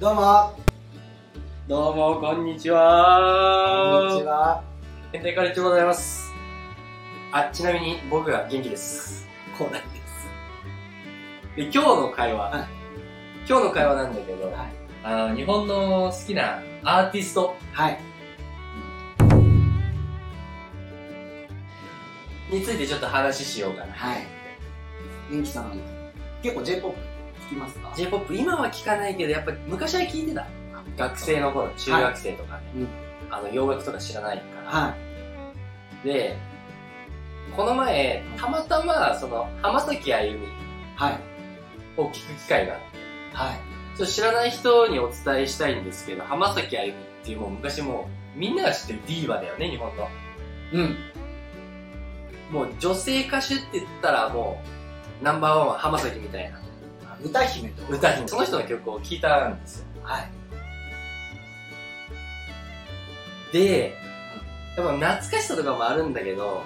どうもどうも、こんこんにちにちは。は変態カレッジでございます。あ、ちなみに僕が元気です。コーナーですで、今日の会話、はい今日の会話なんだけど、はいあの、日本の好きなアーティストはいについてちょっと話ししようかな。はい元気さん結構 J-POP 聞きますか J-POP 今は聞かないけど、やっぱ昔は聞いてた。学生の頃、中学生とかね、うんあの、洋楽とか知らないから。はいで、この前、たまたま、その、浜崎あゆみはいを聞く機会があってはいちょっと知らない人にお伝えしたいんですけど、浜崎あゆみっていうもう昔もうみんなが知ってるディーバだよね、日本の。うんもう女性歌手って言ったらもうナンバーワンは浜崎みたいな歌姫と歌姫。その人の曲を聴いたんですよ。はいで、やっぱ懐かしさとかもあるんだけど、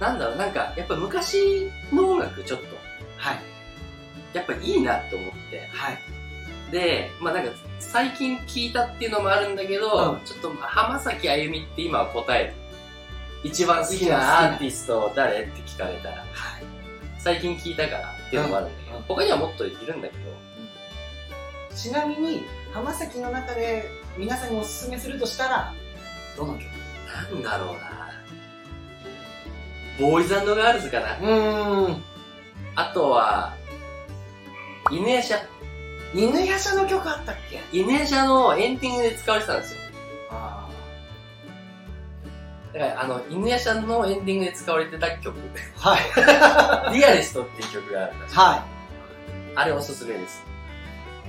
なんだろう、なんかやっぱ昔の音楽ちょっと、はいやっぱいいなって思って。はいで、まあなんか最近聴いたっていうのもあるんだけど、うんちょっと浜崎あゆみって今は答える。一番好きなアーティスト誰って聞かれたら、はい最近聞いたからっていうのもあるんだけど、うん他にはもっといるんだけど、ちなみに浜崎の中で皆さんにおすすめするとしたらどの曲なんだろうなボーイズガールズかなうーんあとは、犬夜叉。犬夜叉の曲あったっけ犬夜叉のエンディングで使われてたんですよ。あだから、あの、犬夜叉のエンディングで使われてた曲、あはいリアリストっていう曲があるんですよはあれおすすめです。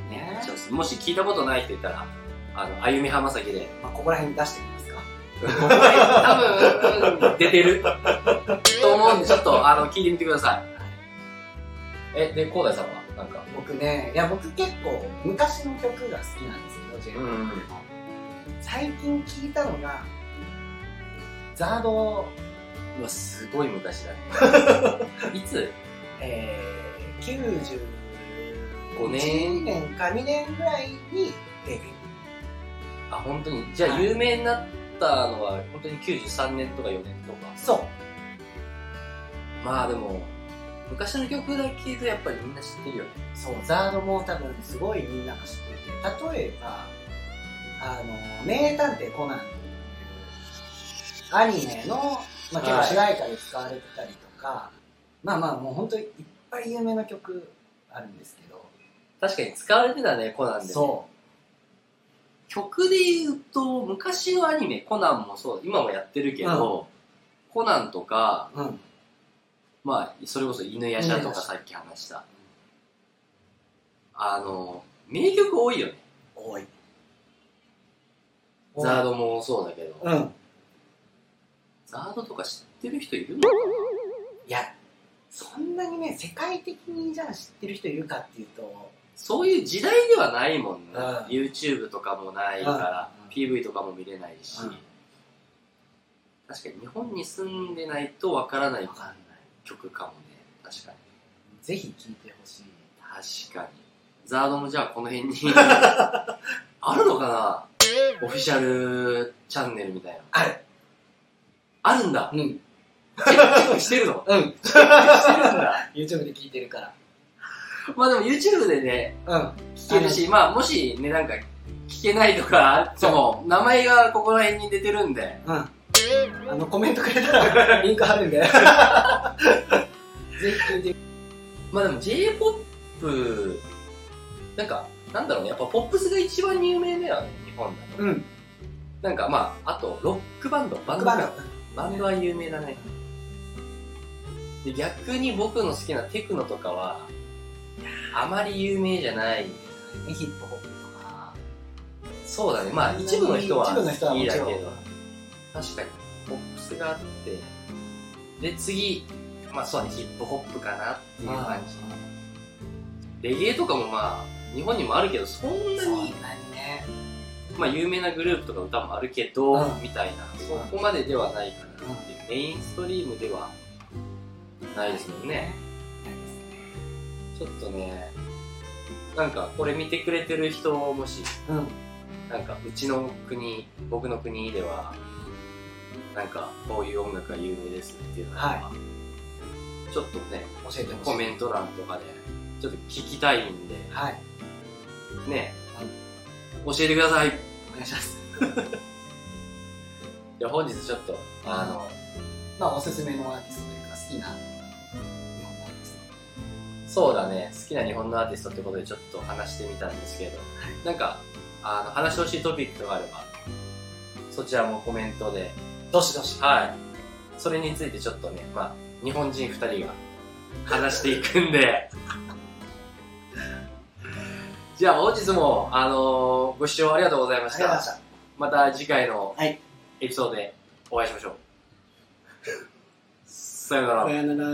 いねそうですもし聞いたことない人いたら、あの、歩み浜崎で、まあ、ここら辺に出してみますか多分、 出てると思うんで、ちょっと、あの、聞いてみてください。え、で、コーダイさんはなんか。僕ねいや僕結構昔の曲が好きなんですけど、J-POP のん。最近聴いたのがザード、うわ、すごい昔 だね。いつえー、 5 95年年か2年ぐらいにデビューあ、本当に。じゃあ、はい有名になったのは、本当に93年とか4年とか。そうまあでも、昔の曲だけど、やっぱりみんな知ってるよね。そうザードも多分すごいみんなが知ってて例えばあの名探偵コナンアニメの、まあ、結構主題歌で使われてたりとか、まあまあもう本当にいっぱい有名な曲あるんですけど確かに使われてたね、コナンでね。そ曲で言うと、昔のアニメ、コナンもそう、今もやってるけど、コナンとか、う、うん、まあ、それこそ犬夜叉とかさっき話した。あの、名曲多いよね。多いザードもそうだけど。うんザードとか知ってる人いるのかいやそんなにね世界的にじゃあ知ってる人いるかっていうとそういう時代ではないもんな。うん YouTube とかもないから、うん PV とかも見れないし。うん確かに日本に住んでないとわからないわかんない曲かもね。確かに。ぜひ聴いてほしい確かに。ザードもじゃあこの辺 に、あるのかなオフィシャルチャンネルみたいな。あるあるんだうんチェックしてるのうんしてるんだ YouTube で聴いてるからまあでも YouTube でね、うん聞けるし、まあもしね、なんか聞けないとかあっても、名前がここら辺に出てるんで、うん。あの、コメントくれた ら、リンク貼るんで。ぜひ聞いてまあでも J-POP、なんか、なんだろうね、やっぱポップスが一番有名だよね、日本だと。うん。なんかまあ、あと、ロックバンド、バンドバかンバンドは有名だね。で逆に僕の好きなテクノとかは、あまり有名じゃない。ド。ヒップホップとか。そうだね。まあ一部の人は一部の人は好きもだちけろんど、確かに、ポップスがあって、で次、まあそうね、ヒップホップかなっていう感じ。レゲエとかもまあ、日本にもあるけど、そんなそんなにに、ね。まあ有名なグループとか歌もあるけど、うんみたいな、そうそこまでではないかなっていう、メインストリームではないですもんね。ないですね。ちょっとね、なんか、これ見てくれてる人、もし、うん。なんか、うちの国、僕の国では、なんか、こういう音楽が有名ですっていうのはちょっとね、教えてほしコい。メント欄とかで、ちょっと聞きたいんで、はい。ね、教えてください。お願いします。じゃあ本日ちょっと、あの、まあ、おすすめのアーティストというか、好きな日本のアーティスそうだね、好きな日本のアーティストってことでちょっと話してみたんですけど、なんか、あの、話してほしいトピックがあれば、そちらもコメントで、ト。どしどし。はい。それについてちょっとね、まあ、日本人二人が話していくんで、 じゃあ本日も、あのご視聴ありがとうございまあしりがとうございまたし。た。また次回のはいエピソードでお会いしましょう。さよならさ。よなら。